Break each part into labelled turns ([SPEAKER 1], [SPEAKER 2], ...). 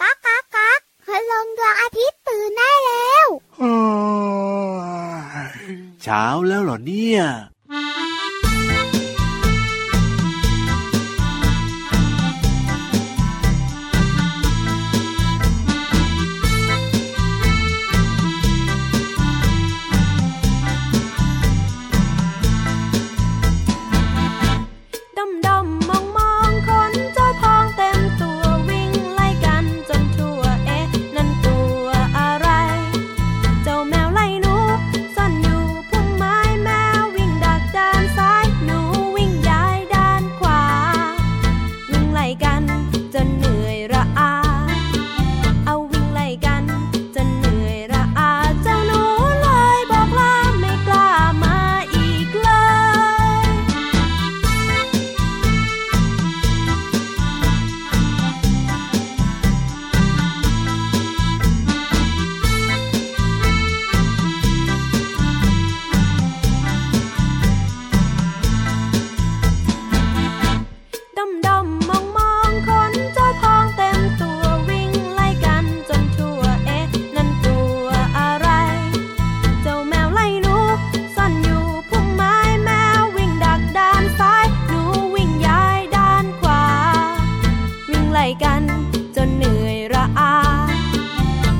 [SPEAKER 1] ก๊ากก๊ากก๊ากพลงดวงอาทิตย์ตื่นได้แล้ว
[SPEAKER 2] เช้าแล้วเหรอเนี่ย
[SPEAKER 3] ดมดมมองมองคนเจ้าพองเต็มตัววิ่งไล่กันจนทั่วเอ๊ะ นั่นตัวอะไร เจ้าแมวไล่หนูซ่อนอยู่พุ่มไม้แมววิ่งดักด้านซ้ายหนูวิ่งย้ายด้านขวา วิ่งไล่กันจนเหนื่อยระอา เอาวิ่งไล่กันจนเหนื่อยระอา เจ้าหนูเลยบอกลาไม่กล้ามาอีกเลย ดมดมมองมองคนเจ้าพองเต็มตัววิ่งไล่กันจนทั่วเอ๊ะ นั่นตัวอะไร เจ้าแมวไล่หนูซ่อนอยู่พุ่มไม้แมววิ่งดักด้านซ้ายหนูวิ่งย้ายด้านขวา วิ่งไล่กันจนเหนื่อยระอา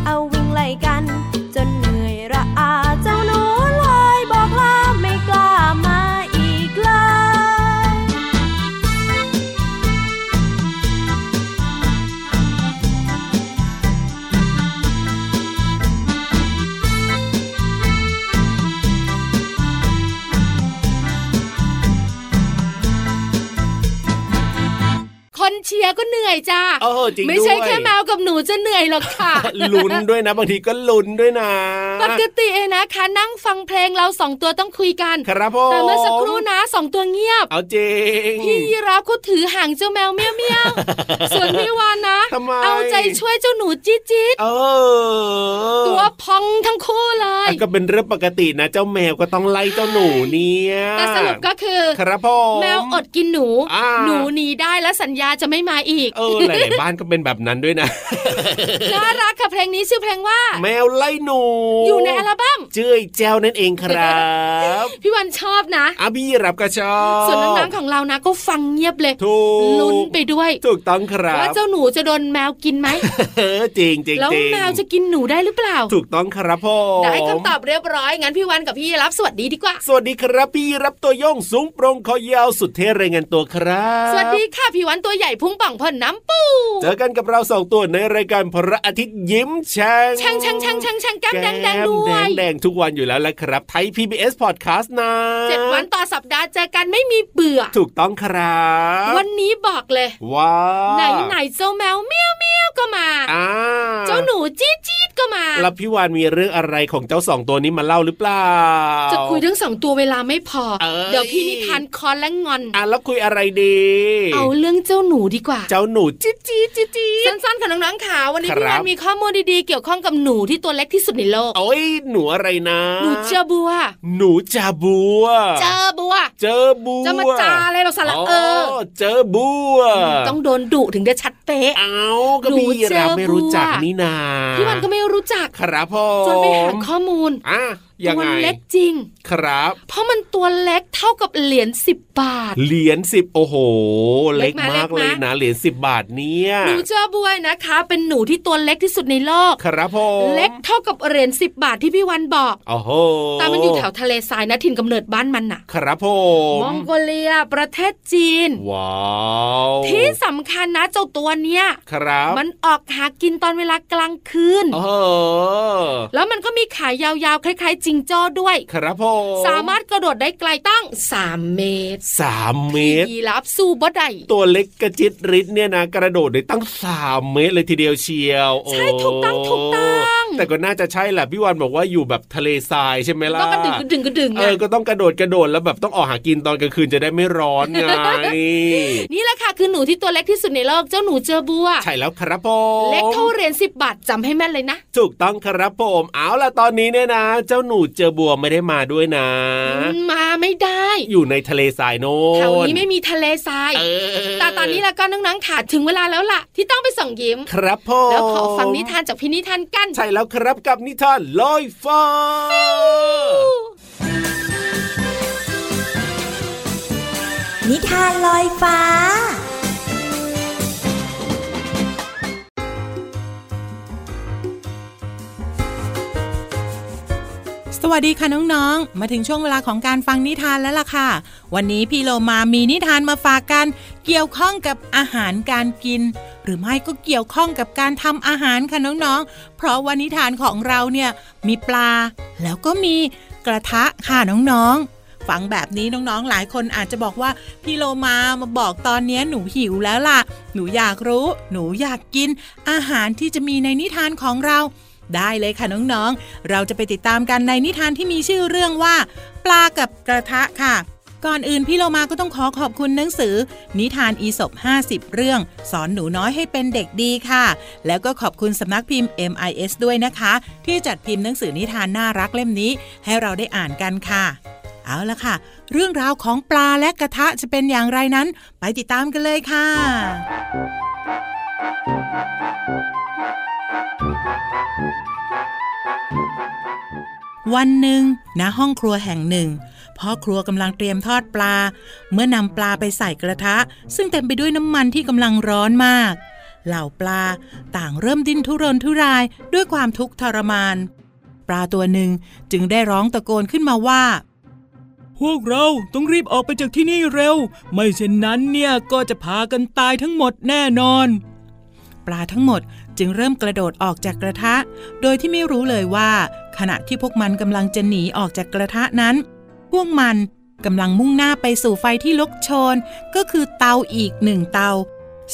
[SPEAKER 3] เอาวิ่งไล่กันจนเหนื่อยระอา เจ้าหนูเลยบอกลาไม่กล้ามาอีกเลย
[SPEAKER 4] คนเชียร์ก็เหนื่อยจ้า
[SPEAKER 5] เออจริง
[SPEAKER 4] ไม่ใช่
[SPEAKER 5] ด้วย
[SPEAKER 4] แค่แมวกับหนูจะเหนื่อยหรอกค่ะ
[SPEAKER 5] ลุ้นด้วยนะบางทีก็ลุ้นด้วยนะ
[SPEAKER 4] ปกติเองนะคะนั่งฟังเพลงเราสองตัวต้องคุยกัน
[SPEAKER 5] ครับผม
[SPEAKER 4] แต่เมื่อสักครู่นะสองตัวเงียบ
[SPEAKER 5] เอาจริง
[SPEAKER 4] พี่ยีราฟก็ถือห่างเจ้าแมวเมี้ยวเมี้ยวๆส่วนพี่วานนะ
[SPEAKER 5] ทำไม
[SPEAKER 4] เอาใจช่วยเจ้าหนูจี๊ดจี๊ด
[SPEAKER 5] เออ
[SPEAKER 4] ตัวพองทั้งคู่เลย
[SPEAKER 5] อ่ะก็เป็นเรื่องปกตินะ เจ้าแมวก็ต้องไล่เจ้าหนูเนี่ย
[SPEAKER 4] แต่สรุปก็คือ
[SPEAKER 5] ครับผม
[SPEAKER 4] แมวอดกินหนู
[SPEAKER 5] อ่า
[SPEAKER 4] หนูหนีได้และสัญญาจะไม่มาอีก
[SPEAKER 5] เออหลายๆบ้านก็เป็นแบบนั้นด้วยนะ
[SPEAKER 4] น่ารักค่ะเพลงนี้ชื่อเพลงว่า
[SPEAKER 5] แมวไล่หนู
[SPEAKER 4] อยู่ในอัลบั้ม
[SPEAKER 5] เจ้ยแจวนั่นเองครับ
[SPEAKER 4] พี่วันชอบนะ
[SPEAKER 5] อาบี้รับกระชอบ
[SPEAKER 4] ส่วนน้องๆของเรานะ ก็ฟังเงียบเลย
[SPEAKER 5] ถูก
[SPEAKER 4] ลุ้นไปด้วย
[SPEAKER 5] ถูกต้องครับ
[SPEAKER 4] ว่าเจ้าหนูจะโดนแมวกินไหม
[SPEAKER 5] เออจริงจริง
[SPEAKER 4] แล้ว
[SPEAKER 5] จริง
[SPEAKER 4] แมวจะกินหนูได้หรือเปล่า
[SPEAKER 5] ถูกต้องครับผม
[SPEAKER 4] ได้คำตอบเรียบร้อยงั้นพี่วันกับพี่รับสวัสดีดีกว่า
[SPEAKER 5] สวัสดีครับพี่รับตัวโยงสูงโปรงคอยาวสุดเท่รายงานตัวครับ
[SPEAKER 4] สวัสดีค่ะพี่วันตัวใหญ่พุงป่องพ่นน้ำปู
[SPEAKER 5] เจอกันกับเราสองตัวในรายการพระอาทิตย์ยิ้มช่าง
[SPEAKER 4] ช่างช่างช่างช่างช่างแก้มแดงแดง
[SPEAKER 5] ก้ม
[SPEAKER 4] ด้ว
[SPEAKER 5] แด
[SPEAKER 4] ย
[SPEAKER 5] งแดงทุกวันอยู่แล้วละครับ ไทย PBS Podcast นะ
[SPEAKER 4] เจ็ดวันต่อสัปดาห์เจอกันไม่มีเบื่อ
[SPEAKER 5] ถูกต้องครับ
[SPEAKER 4] วันนี้บอกเลย
[SPEAKER 5] ว้าว
[SPEAKER 4] ไหนไหนเจ้าแมวเมี้ยวเมี้ยวก็มา
[SPEAKER 5] อ่า
[SPEAKER 4] เจ้าหนูจี๊ดจี๊ดก็มา
[SPEAKER 5] แล้วพี่วานมีเรื่องอะไรของเจ้าสองตัวนี้มาเล่าหรือเปล่า
[SPEAKER 4] จะคุยทั้งสองตัวเวลาไม่พอ
[SPEAKER 5] เอ้ย
[SPEAKER 4] เดี๋ยวพี่นิทานคอนและงอน
[SPEAKER 5] อ่ะแล้วคุยอะไรดี
[SPEAKER 4] เอาเรื่องเจ้าหนูดีกว่า
[SPEAKER 5] เจ้าหนูจิ๊ดจิ๊ดจิ๊ดจิ๊ด
[SPEAKER 4] สั้นๆค่ะน้องๆค่ะวันนี้พี่
[SPEAKER 5] ครั
[SPEAKER 4] วา
[SPEAKER 5] บ
[SPEAKER 4] นมีข้อมูลดีๆ เกี่ยวข้องกับหนูที่ตัวเล็กที่สุดในโลก
[SPEAKER 5] โอ้ยหนูอะไรนะ
[SPEAKER 4] หนูเจอบัว
[SPEAKER 5] หนูจาบัว
[SPEAKER 4] เจอบัว
[SPEAKER 5] เจอบัว
[SPEAKER 4] จะมาจาอะไรเราสาระเออ
[SPEAKER 5] เจอบัว
[SPEAKER 4] ต้องโดนดุถึงจะชัดเป๊ะ
[SPEAKER 5] เอาก็พี่
[SPEAKER 4] หนูเจอ
[SPEAKER 5] รับไม่รู้จัก
[SPEAKER 4] บัว
[SPEAKER 5] นี่นา
[SPEAKER 4] พี่วันก็ไม่รู้จัก
[SPEAKER 5] ครับพ่อ
[SPEAKER 4] จนไปหาข้อมูล
[SPEAKER 5] อ่ะยัง
[SPEAKER 4] ตัว
[SPEAKER 5] ไง
[SPEAKER 4] เล็กจริง
[SPEAKER 5] ครับ
[SPEAKER 4] เพราะมันตัวเล็กเท่ากับเหรียญสิบบาท
[SPEAKER 5] เหรียญสิบโอ้โห
[SPEAKER 4] เล็
[SPEAKER 5] เล็
[SPEAKER 4] ก
[SPEAKER 5] ก
[SPEAKER 4] มาม
[SPEAKER 5] าก
[SPEAKER 4] เล็
[SPEAKER 5] เล
[SPEAKER 4] ก
[SPEAKER 5] ย
[SPEAKER 4] มา
[SPEAKER 5] นะเหรียญสิบบาทเนี่ย
[SPEAKER 4] หนูเจอบัวนะคะ เป็นหนูที่ตัวเล็กที่สุดในโลก
[SPEAKER 5] ครับพ่อ
[SPEAKER 4] เล็กเท่ากับเหรียญสิบบาทที่พี่วันบอก
[SPEAKER 5] โอ้โห
[SPEAKER 4] แต่มันอยู่แถวทะเลทรายนะถิ่นกำเนิดบ้านมันน่ะ
[SPEAKER 5] ครับผม
[SPEAKER 4] องโกเลีย ประเทศจีน
[SPEAKER 5] ว้าว
[SPEAKER 4] ที่สำคัญนะเจ้าตัวเนี้ย
[SPEAKER 5] ครับ
[SPEAKER 4] มันออกหากินตอนเวลากลางคืน
[SPEAKER 5] เออ
[SPEAKER 4] แล้วมันก็มีขายาวๆ คล้าย ๆ จิงโจ้ด้วย
[SPEAKER 5] ครับผม
[SPEAKER 4] สามารถกระโดดได้ไกลตั้ง 3 เมตร
[SPEAKER 5] สามเม
[SPEAKER 4] พี่
[SPEAKER 5] ตร
[SPEAKER 4] ยีรับสู้บ่ได้
[SPEAKER 5] ตัวเล็กกระจิตริดเนี่ยนะ กระโดดได้ตั้ง 3 เมตรเลยทีเดียวเชียว
[SPEAKER 4] ใช่ถูกต้องถูกต้อง
[SPEAKER 5] แต่ก็น่าจะใช่แหละพี่วันบอกว่าอยู่แบบทะเลทรายใช่ไหมล่ะ
[SPEAKER 4] ก็กระดึงกระดึงกระดึง
[SPEAKER 5] เอ
[SPEAKER 4] อะ
[SPEAKER 5] อ ก็ต้องกระโดดกระโดดแล้วแบบต้องออกหากินตอนกลางคืนจะได้ไม่ร้อนไง
[SPEAKER 4] นี่แหละค่ะคือหนูที่ตัวเล็กที่สุดในโลกเจ้าหนูเจอบัว
[SPEAKER 5] ใช่แล้วครับผม
[SPEAKER 4] เล็กเท่าเหรียญสิบบาทจำให้แม่นเลยนะ
[SPEAKER 5] ถูกต้องครับผม เอาล่ะตอนนี้เนี่ยนะ เจ้าหนูเจอบัวไม่ได้มาด้วยนะ
[SPEAKER 4] มันมาไม่ได้
[SPEAKER 5] อยู่ในทะเลทรายโน่น
[SPEAKER 4] แถวนี้ไม่มีทะเลทราย
[SPEAKER 5] เออ
[SPEAKER 4] แต่ตอนนี้แล้วก็น้องๆขาดถึงเวลาแล้วล่ะ ที่ต้องไปส่องยิ้ม
[SPEAKER 5] ครับผม
[SPEAKER 4] แล้วขอฟังนิทานจากพี่นิทานกัน
[SPEAKER 5] ใช่แล้วครับกับนิทานลอยฟ้า
[SPEAKER 6] นิทานลอยฟ้า
[SPEAKER 7] สวัสดีค่ะน้องๆ มาถึงช่วงเวลาของการฟังนิทานแล้วล่ะค่ะ วันนี้พี่โลมามีนิทานมาฝากกัน เกี่ยวข้องกับอาหารการกิน หรือไม่ก็เกี่ยวข้องกับการทำอาหารค่ะน้องๆ เพราะวันนิทานของเราเนี่ยมีปลา แล้วก็มีกระทะค่ะน้องๆ ฟังแบบนี้น้องๆ หลายคนอาจจะบอกว่าพี่โลมามาบอกตอนเนี้ยหนูหิวแล้วล่ะ หนูอยากรู้ หนูอยากกิน อาหารที่จะมีในนิทานของเรา ได้เลยค่ะน้องๆ เราจะไปติดตามกันในนิทานที่มีชื่อเรื่องว่า ปลากับกระทะค่ะ ก่อนอื่นพี่โลมาก็ต้องขอขอบคุณหนังสือ นิทานอีสบ50 เรื่อง สอนหนูน้อยให้เป็นเด็กดีค่ะ แล้วก็ขอบคุณสำนักพิมพ์ MIS ด้วยนะคะ ที่จัดพิมพ์หนังสือนิทานน่ารักเล่มนี้ ให้เราได้อ่านกันค่ะ เอาละค่ะ เรื่องราวของปลาและกระทะจะเป็นอย่างไรนั้น ไปติดตามกันเลยค่ะ วันหนึ่งณห้องครัวแห่งหนึ่งพ่อครัวกำลังเตรียมทอดปลา เมื่อนำปลาไปใส่กระทะ ซึ่งเต็มไปด้วยน้ำมันที่กำลังร้อนมาก เหล่าปลาต่างเริ่มดิ้นทุรนทุรายด้วยความทุกข์ทรมาน ปลาตัวหนึ่งจึงได้ร้องตะโกนขึ้นมาว่า พวกเราต้องรีบออกไปจากที่นี่เร็ว ไม่เช่นนั้นเนี่ยก็จะพากันตายทั้งหมดแน่นอน ปลาทั้งหมดจึงเริ่มกระโดดออกจากกระทะ โดยที่ไม่รู้เลยว่า ขณะที่พวกมันกำลังจะหนีออกจากกระทะนั้น พวกมันกำลังมุ่งหน้าไปสู่ไฟที่ลุกโชน ก็คือเตาอีกหนึ่งเตา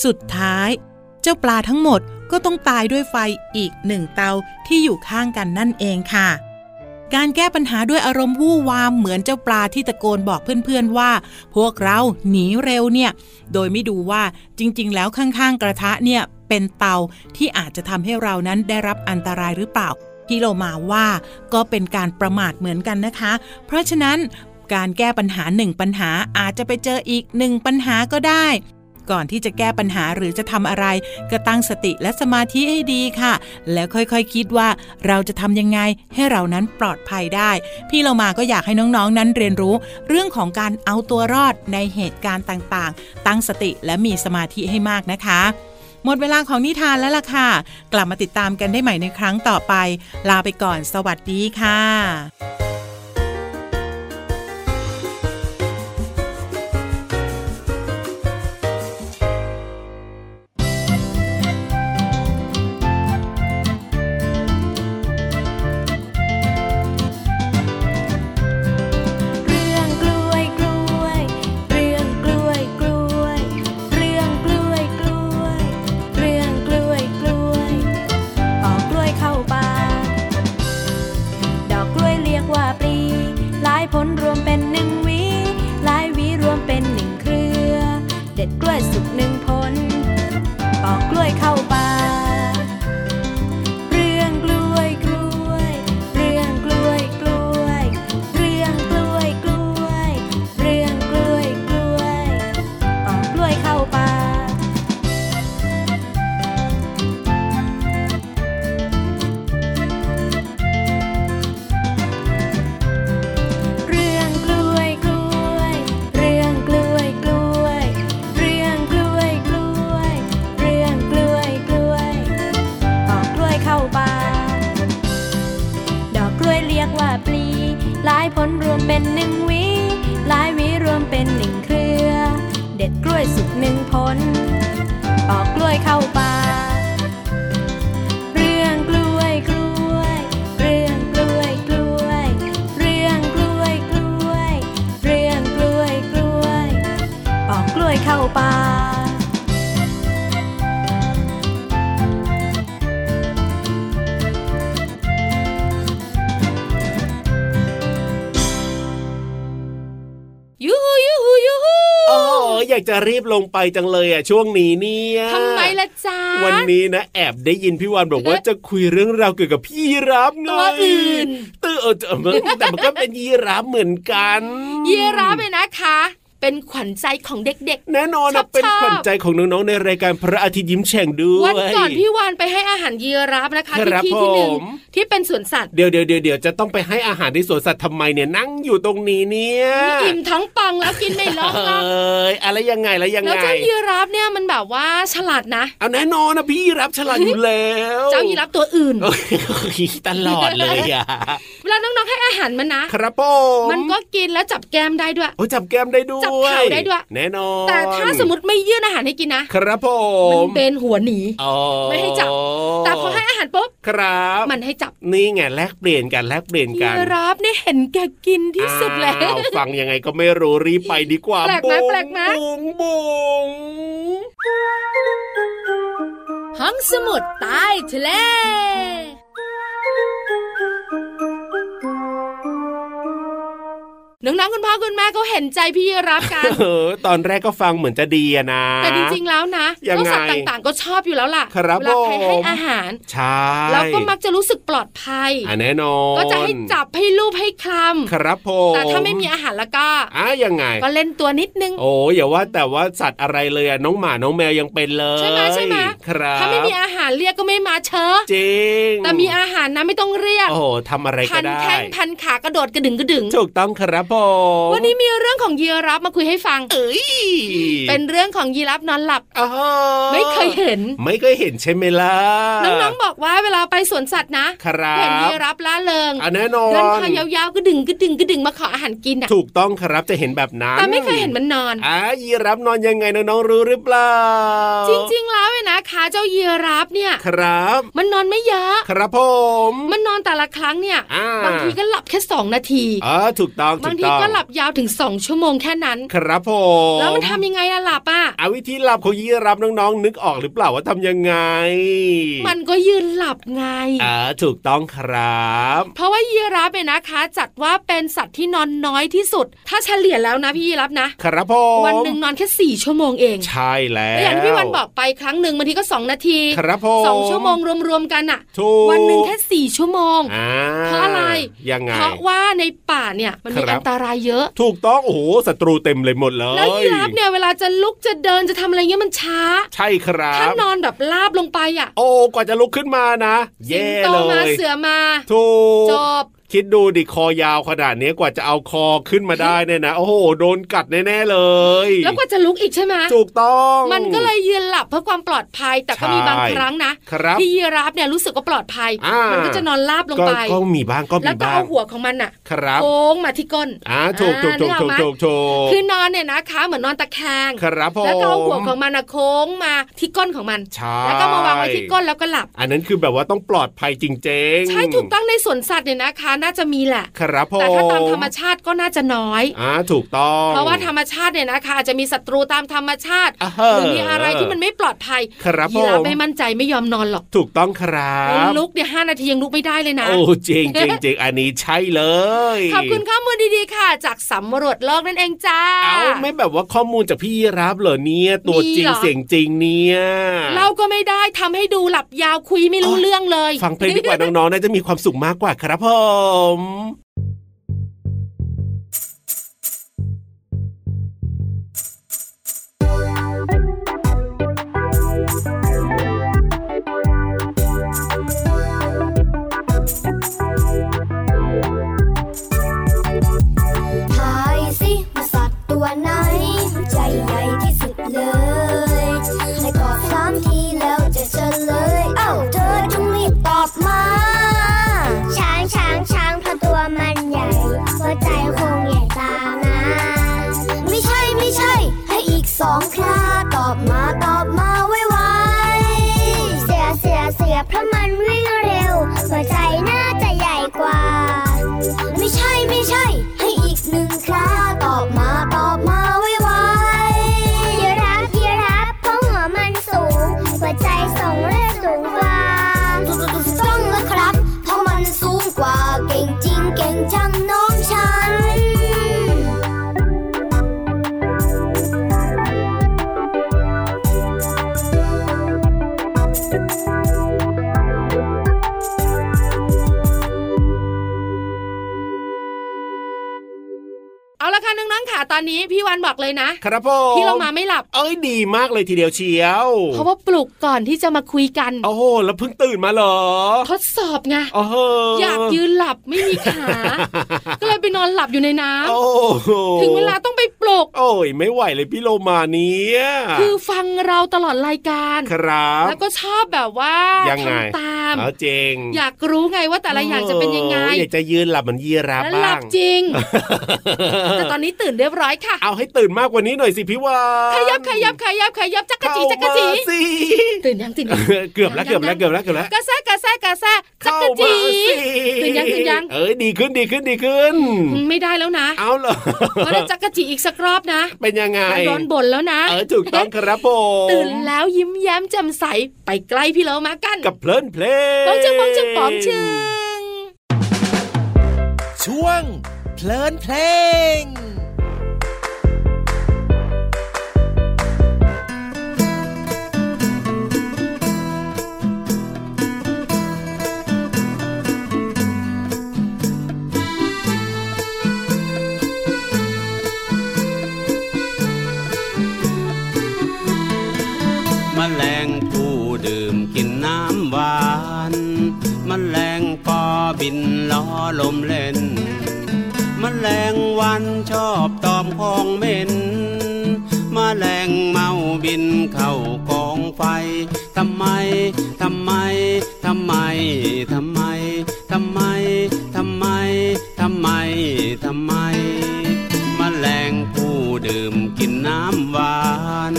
[SPEAKER 7] สุดท้าย เจ้าปลาทั้งหมดก็ต้องตายด้วยไฟอีกหนึ่งเตาที่อยู่ข้างกันนั่นเองค่ะ การแก้ปัญหาด้วยอารมณ์วู่วามเหมือนเจ้าปลาที่ตะโกนบอกเพื่อนๆว่า พวกเราหนีเร็วเนี่ย โดยไม่ดูว่าจริงๆ แล้วข้างๆ กระทะเนี่ยเป็นเตาที่อาจจะทำให้เรานั้นได้รับอันตรายหรือเปล่า พี่โลมาว่าก็เป็นการประมาทเหมือนกันนะคะ เพราะฉะนั้นการแก้ปัญหาหนึ่งปัญหาอาจจะไปเจออีกหนึ่งปัญหาก็ได้ ก่อนที่จะแก้ปัญหาหรือจะทำอะไร ก็ตั้งสติและสมาธิให้ดีค่ะ แล้วค่อยๆคิดว่าเราจะทำยังไงให้เรานั้นปลอดภัยได้ พี่เรามาก็อยากให้น้องๆ นั้นเรียนรู้ เรื่องของการเอาตัวรอดในเหตุการณ์ต่างๆ ตั้งสติและมีสมาธิให้มากนะคะ หมดเวลาของนิทานแล้วล่ะค่ะ กลับมาติดตามกันได้ใหม่ในครั้งต่อไป ลาไปก่อน สวัสดีค่ะ
[SPEAKER 3] เรื่องกล้วยกล้วย เรื่องกล้วยกล้วย เรื่องกล้วยกล้วย เรื่องกล้วยกล้วย ปอกกล้วยเข้าปากดอกกล้วยเรียกว่าปลี หลายผลรวมเป็นหนึ่งหวี หลายหวีรวมเป็นหนึ่งเครือ เด็ดกล้วยสุกหนึ่งผล ปอกกล้วยเข้าปาก เรื่องกล้วยกล้วย เรื่องกล้วยกล้วย เรื่องกล้วยกล้วย เรื่องกล้วยกล้วยปอกกล้วยเข้าปาก เรื่องกล้วยกล้วย เรื่องกล้วยกล้วย เรื่องกล้วยกล้วย เรื่องกล้วยกล้วย ปอกกล้วยเข้าปากดอกกล้วยเรียกว่าปลี หลายผลรวมเป็นหนึ่งหวี หลายหวีรวมเป็นหนึ่งเครือ เด็ดกล้วยสุกหนึ่งผล ปอกกล้วยเข้าปาก เรื่องกล้วยกล้วย เรื่องกล้วยกล้วย เรื่องกล้วยกล้วย เรื่องกล้วยกล้วย ปอกกล้วยเข้าปาก
[SPEAKER 5] ากจะรีบลงไปจังเลยอ่ะช่วงนี้เนี่ย
[SPEAKER 4] ทำไมล่ะจ๊ะ
[SPEAKER 5] วันนี้นะแอบได้ยินพี่วานบอกว่าจะคุยเรื่องราวเกี่ยวกับพี่ยีรับไง
[SPEAKER 4] ตัวอื่น
[SPEAKER 5] ตื่นเออแต่มันแต่มันก็เป็นยีรับเหมือนกัน
[SPEAKER 4] ยีราฟเนี่ยนะคะ เป็นขวัญใจของเด็ก
[SPEAKER 5] แน่นอน
[SPEAKER 4] ชอ
[SPEAKER 5] นะ
[SPEAKER 4] บ
[SPEAKER 5] เป็น
[SPEAKER 4] ชอบ
[SPEAKER 5] ขวัญใจของน้องๆในรายการพระอาทิตย์ยิ้มแฉ่งด้
[SPEAKER 4] ๆ
[SPEAKER 5] วย
[SPEAKER 4] วันก่อนพี่วานไปให้อาหารยีราฟนะคะ
[SPEAKER 5] ค
[SPEAKER 4] ที่
[SPEAKER 5] รับ
[SPEAKER 4] ที่ที่หนึ่ง
[SPEAKER 5] ผม
[SPEAKER 4] ที่เป็นสวนสัตว์
[SPEAKER 5] เดี๋ยวเดี๋ยวเดี๋ยวเดี๋ยวจะต้องไปให้อาหารในสวนสัตว์ทำไมเนี่ยนั่งอยู่ตรงนี้เนี่ย
[SPEAKER 4] นี่อิ่มท้องป่องแล้วกินไม่ลงก็
[SPEAKER 5] เอ้ยอะไรยังไงแล้วยัง
[SPEAKER 4] แล้ว
[SPEAKER 5] ไง
[SPEAKER 4] เจ้ายีราฟเนี่ยมันแบบว่าฉลาดนะ
[SPEAKER 5] เอาแน่นอนนะพี่ยีรับฉลาดอยู่แล้ว
[SPEAKER 4] เจ้ายีราฟตัวอื่น
[SPEAKER 5] โอ้ยตลอดเลยอะ
[SPEAKER 4] เวลาน้องๆให้อาหารมันนะ
[SPEAKER 5] ครับผม
[SPEAKER 4] มันก็กินแล้วจับแก้มได้ด้วย
[SPEAKER 5] โอ้ยจับแก้มได้ด้วย
[SPEAKER 4] จับเข่าได้ด้วย
[SPEAKER 5] แน่นอน
[SPEAKER 4] แต่ถ้าสมมติไม่ยื่นอาหารให้กินนะ
[SPEAKER 5] ครับผ
[SPEAKER 4] มั
[SPEAKER 5] ม
[SPEAKER 4] นเป็นหัวหนี
[SPEAKER 5] อ๋อ
[SPEAKER 4] ไม่ให้จับ แต่พอให้อาหารปุ๊บ
[SPEAKER 5] ครับ
[SPEAKER 4] มันให้จับ
[SPEAKER 5] นี่ไงแลกเปลี่ยนกันแลกเปลี่ยน
[SPEAKER 4] ยี
[SPEAKER 5] กัน
[SPEAKER 4] ราฟเนี่ยเห็นแกกินที่สุดแล้ว
[SPEAKER 5] อ้าฟังยังไงก็ไม่รู้รีบไปดีกว่า
[SPEAKER 4] แปลกไหม
[SPEAKER 5] บุ้ง
[SPEAKER 4] แปลกไหม
[SPEAKER 5] บุ้งบุ้ง
[SPEAKER 4] ห้องสมุดใต้ทะเล น้องๆ คุณพ่อคุณแม่เขาเห็นใจพี่รับกัน
[SPEAKER 5] เออตอนแรกก็ฟังเหมือนจะดีอะนะ
[SPEAKER 4] แต่จริงๆ แล้วนะ
[SPEAKER 5] ยังไง
[SPEAKER 4] เจ้าสัตว์ต่างๆ ก็ชอบอยู่แล้วล่ะ
[SPEAKER 5] ครับ
[SPEAKER 4] เวลาใคร
[SPEAKER 5] ผม
[SPEAKER 4] ให้อาหาร
[SPEAKER 5] ใช่
[SPEAKER 4] แล้วก็มักจะรู้สึกปลอดภัย
[SPEAKER 5] อ่ะแน่นอน
[SPEAKER 4] ก็จะให้จับให้ลูบให้คล
[SPEAKER 5] ครับผ
[SPEAKER 4] ำ
[SPEAKER 5] ม
[SPEAKER 4] แต่ถ้าไม่มีอาหารแล้วก็
[SPEAKER 5] อ่ะยังไง
[SPEAKER 4] ก็เล่นตัวนิดนึง
[SPEAKER 5] โอ้อย่าว่าแต่ว่าสัตว์อะไรเลยอะน้องหมาน้องแมวยังเป็นเลย
[SPEAKER 4] ใช่ไหมใช่ไหม
[SPEAKER 5] ครับ
[SPEAKER 4] ถ้าไม่มีอาหารเรียกก็ไม่มาเชอะ
[SPEAKER 5] จริง
[SPEAKER 4] แต่มีอาหารนะไม่ต้องเรียก
[SPEAKER 5] โอ้โหทำอะไร
[SPEAKER 4] พั
[SPEAKER 5] ก็
[SPEAKER 4] น
[SPEAKER 5] ได้
[SPEAKER 4] แข้งพันขากระโดดกระดึงกระดึง
[SPEAKER 5] ถูกต้องครับผม
[SPEAKER 4] วันนี้มีเรื่องของยีราฟมาคุยให้ฟัง
[SPEAKER 5] เอ้ย
[SPEAKER 4] เป็นเรื่องของยีราฟนอนหลับ
[SPEAKER 5] อ้าว
[SPEAKER 4] ไม่เคยเห็น
[SPEAKER 5] ไม่เคยเห็นใช่ไหมล่ะ
[SPEAKER 4] น้องๆบอกว่าเวลาไปสวนสัตว์นะครับเห็นยีราฟล่าเริง
[SPEAKER 5] อ่ะแน่นอน
[SPEAKER 4] เดินคอยาวๆกระดึงกระดึงกระดึงมาขออาหารกินอ่ะ
[SPEAKER 5] ถูกต้องครับจะเห็นแบบนั้น
[SPEAKER 4] แต่ไม่เคยเห็นมันนอน
[SPEAKER 5] อ่ายีรับนอนยังไงน้องๆรู้หรือเปล่า
[SPEAKER 4] จริงๆแล้วเนี่ยนะคะเจ้ายีราฟเนี่ย
[SPEAKER 5] ครับ
[SPEAKER 4] มันนอนไม่เยอะ
[SPEAKER 5] ครับผม
[SPEAKER 4] มันนอนแต่ละครั้งเนี่ย
[SPEAKER 5] อ่า
[SPEAKER 4] บางทีก็หลับแค่สองนาที
[SPEAKER 5] อ๋อถูกต้องถู
[SPEAKER 4] บาง
[SPEAKER 5] ก
[SPEAKER 4] ที
[SPEAKER 5] ต้อง
[SPEAKER 4] ก็หลับยาวถึงสองชั่วโมงแค่นั้น
[SPEAKER 5] ครับผม
[SPEAKER 4] แล้วมันทำยังไงอะหลับอ่ะ
[SPEAKER 5] อาวิธีหลับของยีรับน้องๆ นึกออกหรือเปล่าว่าทำยังไง
[SPEAKER 4] มันก็ยืนหลับไง
[SPEAKER 5] อ่าถูกต้องครับ
[SPEAKER 4] เพราะว่ายีราฟเนี่ยนะคะ จัดว่าเป็นสัตว์ที่นอนน้อยที่สุด ถ้าเฉลี่ยแล้วนะพี่ยีรับนะ
[SPEAKER 5] ครับผม
[SPEAKER 4] วันหนึ่งนอนแค่สี่ชั่วโมงเอง
[SPEAKER 5] ใช่แล้ว
[SPEAKER 4] และอย่างที่พี่วันบอกไปครั้งหนึ่งบางทีก็สองนาที
[SPEAKER 5] ครับผม
[SPEAKER 4] สองชั่วโมงรวมๆกันอะ
[SPEAKER 5] ถูก
[SPEAKER 4] วันหนึ่งแค่สี่ชั่วโมง
[SPEAKER 5] อ่า
[SPEAKER 4] เพราะอะไร
[SPEAKER 5] ยังไง
[SPEAKER 4] เพราะว่าในป่าเนี่ยมันมี
[SPEAKER 5] ครับ
[SPEAKER 4] อันตรายเยอะ
[SPEAKER 5] ถูกต้องโอ้โหศัตรูเต็มเลยหมดเลย
[SPEAKER 4] แล้วยีราฟเนี่ยเวลาจะลุกจะเดินจะทำอะไรเงี้ยมันช้า
[SPEAKER 5] ใช่ครับ
[SPEAKER 4] ถ้านอนแบบลาบลงไปอ่ะ
[SPEAKER 5] โอ้ กว่าจะลุกขึ้นมานะ
[SPEAKER 4] สิ
[SPEAKER 5] เย่
[SPEAKER 4] งโต
[SPEAKER 5] เล
[SPEAKER 4] มาย เสือมา
[SPEAKER 5] ถูก
[SPEAKER 4] จบ
[SPEAKER 5] คิดดูดิคอยาวขนาดนี้กว่าจะเอาคอขึ้นมา ได้เนี่ยนะ โอ้โห โดนกัดแน่ ๆ เลย
[SPEAKER 4] แล้วกว่าจะลุกอีกใช่ไหม
[SPEAKER 5] ถูกต้อง
[SPEAKER 4] มันก็เลยยืนหลับเพื่อความปลอดภัยแต่ก็มี
[SPEAKER 5] ใช่
[SPEAKER 4] บางครั้งนะครับ ที่ยีราฟเนี่ยรู้สึกว่าปลอดภัย
[SPEAKER 5] อ่ามั
[SPEAKER 4] มันก็จะนอนราบลง
[SPEAKER 5] ก็
[SPEAKER 4] ไป
[SPEAKER 5] ก็มีบ้างก็
[SPEAKER 4] แล้
[SPEAKER 5] มี
[SPEAKER 4] วก็
[SPEAKER 5] บ้าง
[SPEAKER 4] เอาหัวของมันน่ะ
[SPEAKER 5] ครับ
[SPEAKER 4] โค้งมาที่ก้น
[SPEAKER 5] อ่าถูกถูกถูก
[SPEAKER 4] นึออ
[SPEAKER 5] ถูก
[SPEAKER 4] ไหม
[SPEAKER 5] ถูกถูก
[SPEAKER 4] คือนอนเนี่ยนะคะ เหมือนนอนตะแคง
[SPEAKER 5] ครับผม
[SPEAKER 4] แล้วก็เอาหัวของมันน่ะโค้งมาที่ก้นของมัน
[SPEAKER 5] ใช่
[SPEAKER 4] แล้วก็มาวางไว้ที่ก้นแล้วก็หลับ
[SPEAKER 5] อันนั้นคือแบบว่าต้องปลอดภัยจริงๆ
[SPEAKER 4] ใช่ถูกต้องในสวนสัตว์เนี่ยนะคะ น่าจะมีแหละ
[SPEAKER 5] ครับผม
[SPEAKER 4] แต่ถ้าตามธรรมชาติก็น่าจะน้อย
[SPEAKER 5] อ่าถูกต้อง
[SPEAKER 4] เพราะว่าธรรมชาติเนี่ยนะคะอาจจะมีศัตรูตามธรรมชาติ
[SPEAKER 5] อ่าฮะ
[SPEAKER 4] หรือมีอะไรที่มันไม่ปลอดภัย
[SPEAKER 5] ครับ
[SPEAKER 4] ยีราฟ
[SPEAKER 5] ผม
[SPEAKER 4] ไม่มั่นใจไม่ยอมนอนหรอก
[SPEAKER 5] ถูกต้องครับ
[SPEAKER 4] ลุกเนี่ยห้านาทียังลุกไม่ได้เลยนะ
[SPEAKER 5] โอ้จริงจริงจริงอันนี้ใช่เลย
[SPEAKER 4] ขอบคุณข้อมูลดีๆค่ะ จากสำรวจโลกนั่นเองจ้า
[SPEAKER 5] เอาไม่แบบว่าข้อมูลจากพี่ยีรับเหรอเนี่ยตัว
[SPEAKER 4] มี
[SPEAKER 5] จริง
[SPEAKER 4] เหรอ
[SPEAKER 5] เสียงจริงเนี่ย
[SPEAKER 4] เราก็ไม่ได้ทำให้ดูหลับยาวคุยไม่รู้เรื่องเลย
[SPEAKER 5] ฟังเพลงดีกว่า น้องๆน่าจะมีความสุขมากกว่าครับผม
[SPEAKER 8] ทายสิว่าสัตว์ตัวไหน ใจใหญ่ที่สุดเลยให้ตอบสามทีแล้วจะเฉลย เอ้าเธอจงรีบตอบมา
[SPEAKER 1] ช้างช้างช้างเพราะตัวมัน
[SPEAKER 4] วันนี้พี่วันบอกเลยนะครับ
[SPEAKER 5] ผม
[SPEAKER 4] พี่เรามาไม่หลับ
[SPEAKER 5] เอ้ยดีมากเลยทีเดียวเชียว
[SPEAKER 4] เพราะว่าปลุกก่อนที่จะมาคุยกัน
[SPEAKER 5] โอ้โหแล้วเพิ่งตื่นมาเหรอ
[SPEAKER 4] ทดสอบไง
[SPEAKER 5] โอ้โห
[SPEAKER 4] อยากยืนหลับไม่มีขา ก็เลยไปนอนหลับอยู่ในน้
[SPEAKER 5] โอ้โห
[SPEAKER 4] ำถึงเวลาต้องไปปลุก
[SPEAKER 5] โอ้ยไม่ไหวเลยพี่โลมาเนี้ย
[SPEAKER 4] คือฟังเราตลอดรายการ
[SPEAKER 5] ครับ
[SPEAKER 4] แล้วก็ชอบแบบว่า
[SPEAKER 5] ยังไง
[SPEAKER 4] ทำตาม
[SPEAKER 5] เอาจริง
[SPEAKER 4] อยากรู้ไงว่าแต่ละอย่างจะเป็นยังไง
[SPEAKER 5] โอ้อยากจะยืนหลับเหมือนยีราฟ
[SPEAKER 4] แล้วห
[SPEAKER 5] บ้า
[SPEAKER 4] ลั
[SPEAKER 5] ง
[SPEAKER 4] บจ ริง แต่ตอนนี้ตื่นเรียบร้อยค่ะ
[SPEAKER 5] เอาให้ตื่นมากกว่านี้หน่อยสิพี่วาน
[SPEAKER 4] ขยับขยับขยับขยับจักกะจีจักกะจี
[SPEAKER 5] เข้ามาสิ
[SPEAKER 4] ตื่นยังตื่นยัง
[SPEAKER 5] เกือบแล้ว
[SPEAKER 4] ยั
[SPEAKER 5] เกือง บแล้
[SPEAKER 4] ยั
[SPEAKER 5] ว
[SPEAKER 4] ง
[SPEAKER 5] เกือบแล้วเกือบแล้ว
[SPEAKER 4] กระแซะกระแซะกระแซะจัก
[SPEAKER 5] เข้าก
[SPEAKER 4] ะจี
[SPEAKER 5] มาสิ
[SPEAKER 4] ตื่นยังตื่นยัง
[SPEAKER 5] เอ้ยดีขึ้นดีขึ้นดีขึ้น
[SPEAKER 4] ไม่ได้แล้วนะ
[SPEAKER 5] เอาเหรอ
[SPEAKER 4] เพราะถ้าจักกะจีอีกสักรอบนะ
[SPEAKER 5] เป็นยังไง
[SPEAKER 4] โดนบ่นแล้วนะ
[SPEAKER 5] เออถูกต้องครับผม
[SPEAKER 4] ตื่นแล้วยิ้มแย้มแจ่มใสไปใกล้พี่เรามากัน
[SPEAKER 5] กับเพลินเพลง
[SPEAKER 4] ปองเชึงปองเชึงปองเชึง
[SPEAKER 2] ช่วง เพลินเพลง
[SPEAKER 9] มแมลงผู้ดื่มกินน้ำหวานมแมลงปอบินล้อลมเล่นมแมลงวันชอบตอมของเหม็นมแมลงเมาบินเข้ากองไฟทำไมทำไมทำไมทำไมทำไมทำไมทำไมทำไม มแมลงผู้ดื่มกินน้ำหวาน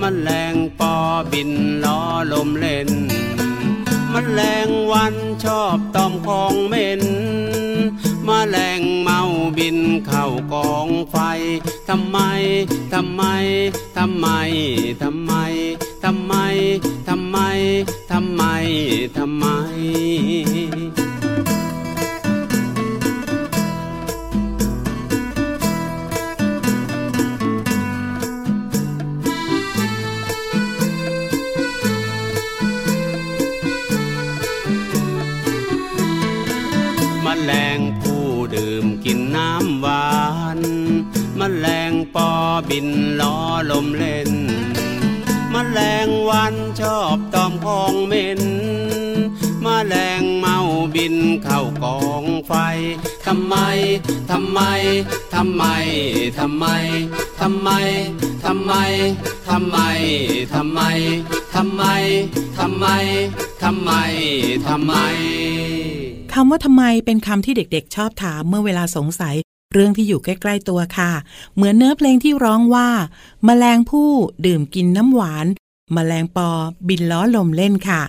[SPEAKER 9] มแมลงปอบินล้อลมเล่น มแมลงวันชอบตอมของเหม็น มแมลงเมาบินเข้ากองไฟ ทำไม ทำไม ทำไม ทำไม ทำไม ทำไม ทำไม ทำไม มแมลงผู้ดื่มกินน้ำหวานมแมลงปอบินล้อลมเล่นมแมลงวันชอบตอมของเหม็นมแมลงเมาบินเข้ากองไฟทำไมทำไมทำไมทำไมทำไมทำไมทำไมทำไมทำไมทำไมทำไมทำไม
[SPEAKER 7] คำว่าทำไมเป็นคำที่เด็กๆ ชอบถามเมื่อเวลาสงสัย เรื่องที่อยู่ใกล้ๆตัวค่ะ เหมือนเนื้อเพลงที่ร้องว่า แมลงผู้ดื่มกินน้ำหวาน แมลงปอบินล้อลมเล่นค่ะ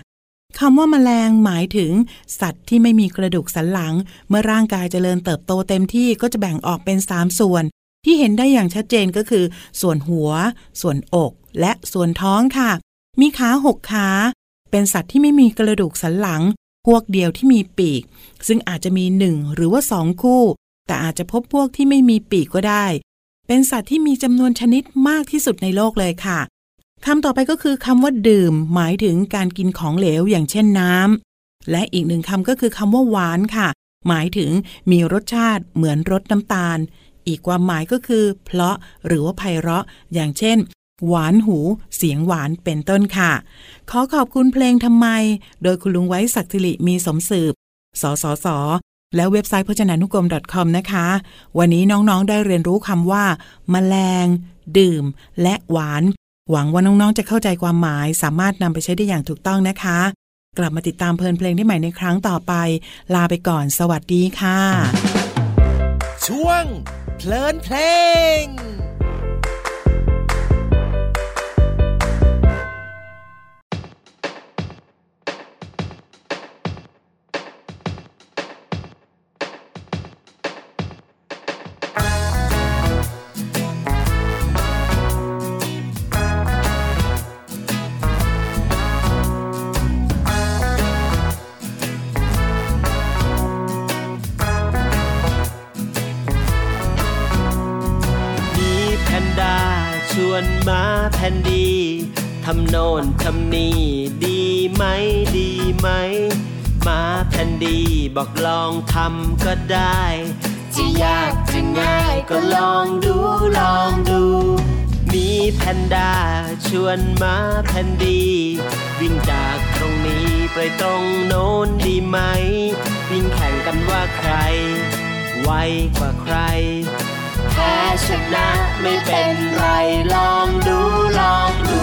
[SPEAKER 7] คำว่าแมลงหมายถึง สัตว์ที่ไม่มีกระดูกสันหลัง เมื่อร่างกายเจริญเติบโตเต็มที่ก็จะแบ่งออกเป็น 3 ส่วน ที่เห็นได้อย่างชัดเจนก็คือ ส่วนหัว ส่วนอก และส่วนท้องค่ะ มีขาหกขา เป็นสัตว์ที่ไม่มีกระดูกสันหลัง พวกเดียวที่มีปีก ซึ่งอาจจะมีหนึ่งหรือว่าสองคู่ แต่อาจจะพบพวกที่ไม่มีปีกก็ได้ เป็นสัตว์ที่มีจำนวนชนิดมากที่สุดในโลกเลยค่ะคำต่อไปก็คือคำว่าดื่ม หมายถึงการกินของเหลวอย่างเช่นน้ำและอีกหนึ่งคำก็คือคำว่าหวานค่ะ หมายถึงมีรสชาติเหมือนรสน้ำตาล อีกความหมายก็คือ เพราะหรือว่าไพเราะ อย่างเช่น หวานหู เสียงหวานเป็นต้นค่ะ ขอขอบคุณเพลงทำไม โดยคุณลุงไว้ศักดิ์สิริมีสมสืบ สสส และเว็บไซต์พจนานุกรม .com นะคะ วันนี้น้องๆ ได้เรียนรู้คำว่า แมลง ดื่ม และหวาน หวังว่าน้องๆ จะเข้าใจความหมาย สามารถนำไปใช้ได้อย่างถูกต้องนะคะ กลับมาติดตามเพลินเพลงได้ใหม่ในครั้งต่อไป ลาไปก่อน สวัสดีค่ะ
[SPEAKER 2] ช่วง เพลินเพลง
[SPEAKER 10] มีแพนด้าชวนมาแพนดี ทำโน่นทำนี่ดีไหมดีไหม มาแพนดีบอกลองทำก็ได้ จะยากจะง่ายก็ลองดูลองดู มีแพนด้าชวนมาแพนดี วิ่งจากตรงนี้ไปตรงโน้นดีไหม วิ่งแข่งกันว่าใคร ไวกว่าใคร แพ้ชนะไม่เป็นไรลองดูลองดู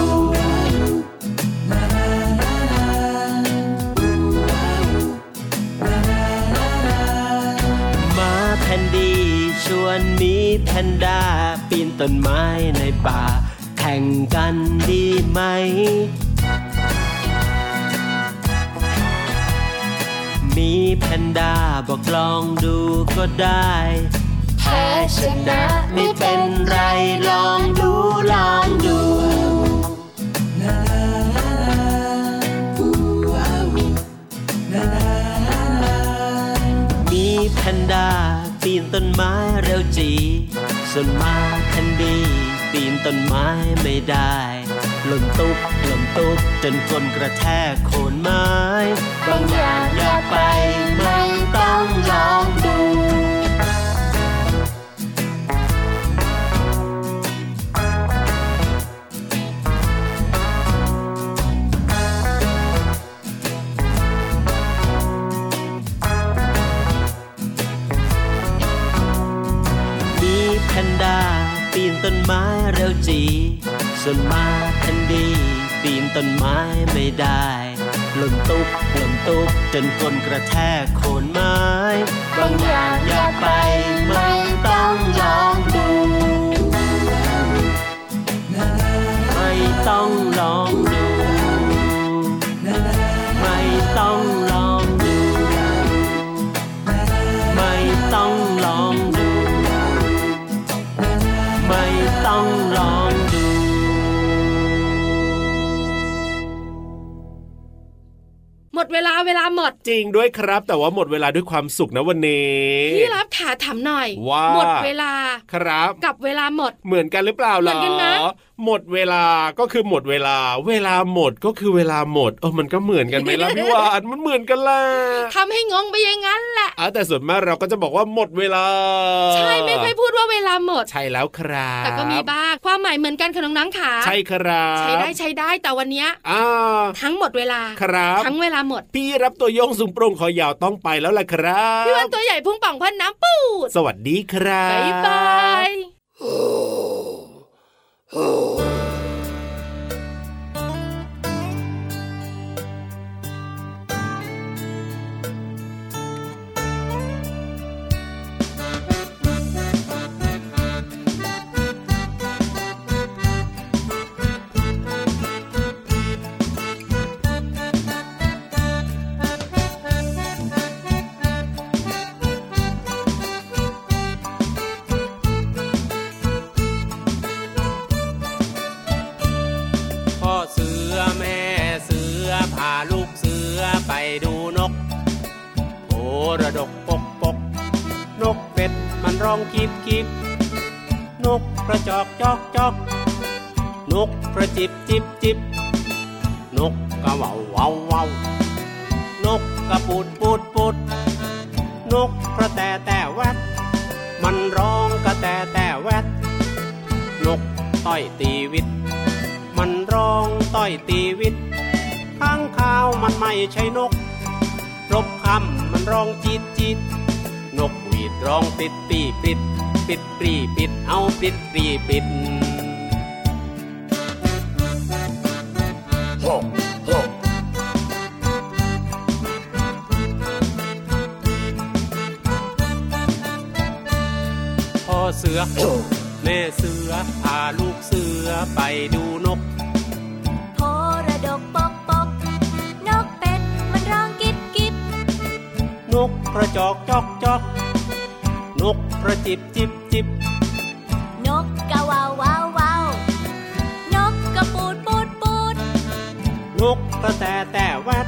[SPEAKER 10] หมาแพนดีชวนหมีแพนด้าปีนต้นไม้ในป่า แข่งกันดีไหม มีแพนด้าบอกลองดูก็ได้แพ้ชนะไม่เป็นไรลองดูลองดู มีแพนด้าปีนต้นไม้เร็วจี ส่วนมาแพนดีปีนต้นไม้ไม่ได้หล่นตุ๊บหล่นตุ๊บจนก้นกระแทกโคนไม้บางอย่างอย่าไปไม่ต้องลองดู มีแพนด้าปีนต้นไม้เร็วจี ส่วนมาแพนดีปีนต้นไม้ไม่ได้หล่นตุ๊บหล่นตุ๊บจนก้นกระแทกโคนไม้ บางอย่างอย่าไปไม่ต้องลองดู ไม่ต้องลองดู ไม่ต้องลองดู ไม่ต้องลองดู ไม่ต้องลองดู
[SPEAKER 4] หมดเวลาเวลาหมด
[SPEAKER 5] จริงด้วยครับ แต่ว่าหมดเวลาด้วยความสุขนะวันนี้
[SPEAKER 4] พี่รับขาถามหน่อย
[SPEAKER 5] ว่า
[SPEAKER 4] หมดเวลา
[SPEAKER 5] ครับ
[SPEAKER 4] กับเวลาหมด
[SPEAKER 5] เหมือนกันหรือเปล่า
[SPEAKER 4] เหมื
[SPEAKER 5] ล่ะ
[SPEAKER 4] อนกันนะ
[SPEAKER 5] หมดเวลาก็คือหมดเวลา เวลาหมดก็คือเวลาหมดเออมันก็เหมือนกันไหม ล่ะ พี่วานมันเหมือนกันแหละ
[SPEAKER 4] ทำให้งงไปอย่างนั้นแหละ
[SPEAKER 5] อ่ะแต่ส่วนมากเราก็จะบอกว่าหมดเวลา
[SPEAKER 4] ใช่ไม่ค่อยพูดว่าเวลาหมด
[SPEAKER 5] ใช่แล้วครับ
[SPEAKER 4] แต่ก็มีบ้างความหมายเหมือนกันค่ะน้องๆขา
[SPEAKER 5] ใช่ครับ
[SPEAKER 4] ใช้ได้ใช้ได้แต่วันเนี้ย
[SPEAKER 5] อ่า
[SPEAKER 4] ทั้งหมดเวลา
[SPEAKER 5] ครับ
[SPEAKER 4] ทั้งเวลาหมด
[SPEAKER 5] พี่รับตัวโยงสูงโปร่งคอยาวต้องไปแล้วล่ะครับ
[SPEAKER 4] พี่วันตัวใหญ่พุ่งป่องพันน้ำปูด
[SPEAKER 5] สวัสดีครับ
[SPEAKER 4] ๊ายบาย
[SPEAKER 11] พ่อเสือแม่เสือพาลูกเสือไปดูนกโหระดกปกปก นกเป็ดมันร้องกิบกิบนกกระจอกจอกจอกนกกระจิบจิบจิบนกกระเหว่าวเว่าวเว่านกกระปูดปูดปูดนกกระแตแต่แวดมันร้องกระแตแต่แวดนกต้อยตีวิต มันร้องต้อยตีวิตข้างข้าวมันไม่ใช่นก รบคำมันร้องจิตจิต นกหวีดร้องปิดปีปิด ปิดปรีปิดเอาปิดปรีปิด พ่อเสือ แม่เสือพาลูกเสือไปดูนก
[SPEAKER 6] โพระดกปกปก นกเป็ดมันร้องกิบกิบ
[SPEAKER 11] นกกระจอกจอกจอก นกกระจิบจิบจิบ
[SPEAKER 6] นกกะว่าววาววาว นกกระปูดปูดปูด
[SPEAKER 11] นกกระแตแต่แวด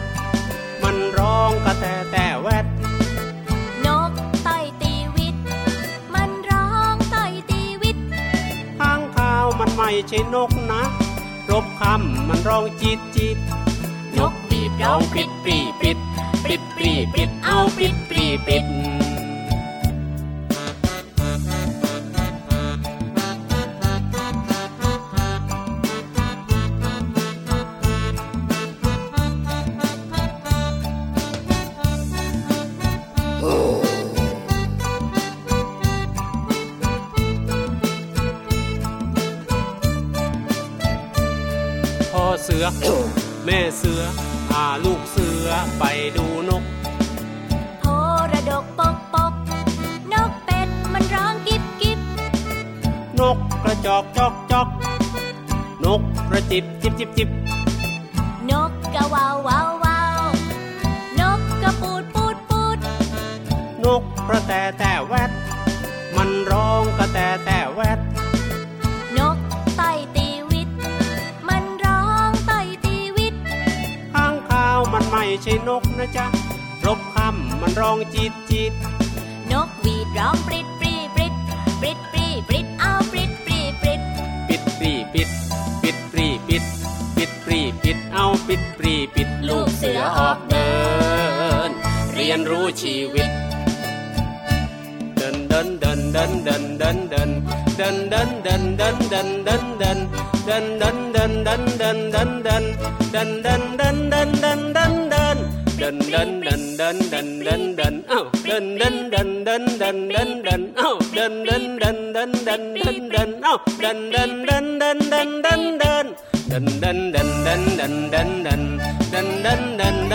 [SPEAKER 11] มันร้องกระแตแต่แวด
[SPEAKER 6] นกต่อยตีวิต มันร้องต่อยตีวิต
[SPEAKER 11] ข้างข้าวมันไม่ใช่นกนะ รบคำมันร้องจิตจิต นกปีบร้องปิดปรีปิด ปิดปรีปิดเอาปิดปรีปิด สือ แม่เสือพาลูกเสือไปดูนก
[SPEAKER 6] โพระดกปกปก นกเป็ดมันร้องกิบกิบ
[SPEAKER 11] นกกระจอกจอกจอก นกกระจิบจิบจิบจิบ
[SPEAKER 6] นกกระวาววาววาว นกกระปูดปูดปูด
[SPEAKER 11] นกกระแตแต่แวด มันร้องกระแตแต่แวด
[SPEAKER 6] นกไต่ตีวิต มันร้องไต่ตีวิต
[SPEAKER 11] ข้างข้าวมันไม่ใช่นกนะจ๊ะรบคำมันร้องจิตจิต
[SPEAKER 6] นกหวีดร้องปริดปรีปริดปริดปรีปริดเอาปริดปรีปริด
[SPEAKER 11] ปิดปรีปิด ปิดปรีปิด ปิดปรีปิดเอาปิดปรีปิด ลูกเสือออกเดิน เรียนรู้ชีวิต เดินเดินเดินเดินเดินเดินเดินเดินเดินเดินเดินเดินเดินเดินเดินเดินเดินเดินเดินเดินเดินเดินเดินเดินเดินเดินเดินเดินเดินเดินเดินเดินเดินเดินเดินเอ้าเดินเดินเดินเดินเดินเดินเดินเอ้าเดินเดินเดินเดินเดินเดินเดินเอ้าเดินเดินเดินเดินเดินเดินเดิน ดันดันดันดันดันดันดันดันด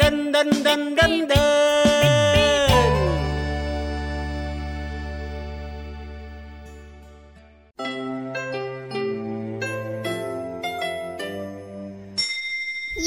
[SPEAKER 11] ดันดันดันดันดัน
[SPEAKER 1] ย